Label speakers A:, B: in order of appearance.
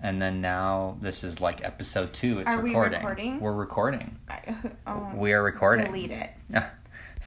A: and then now this is like episode two. It's
B: Are we
A: recording.
B: recording?
A: We're recording.
B: I, oh,
A: We are recording.
B: delete it.
A: Ah,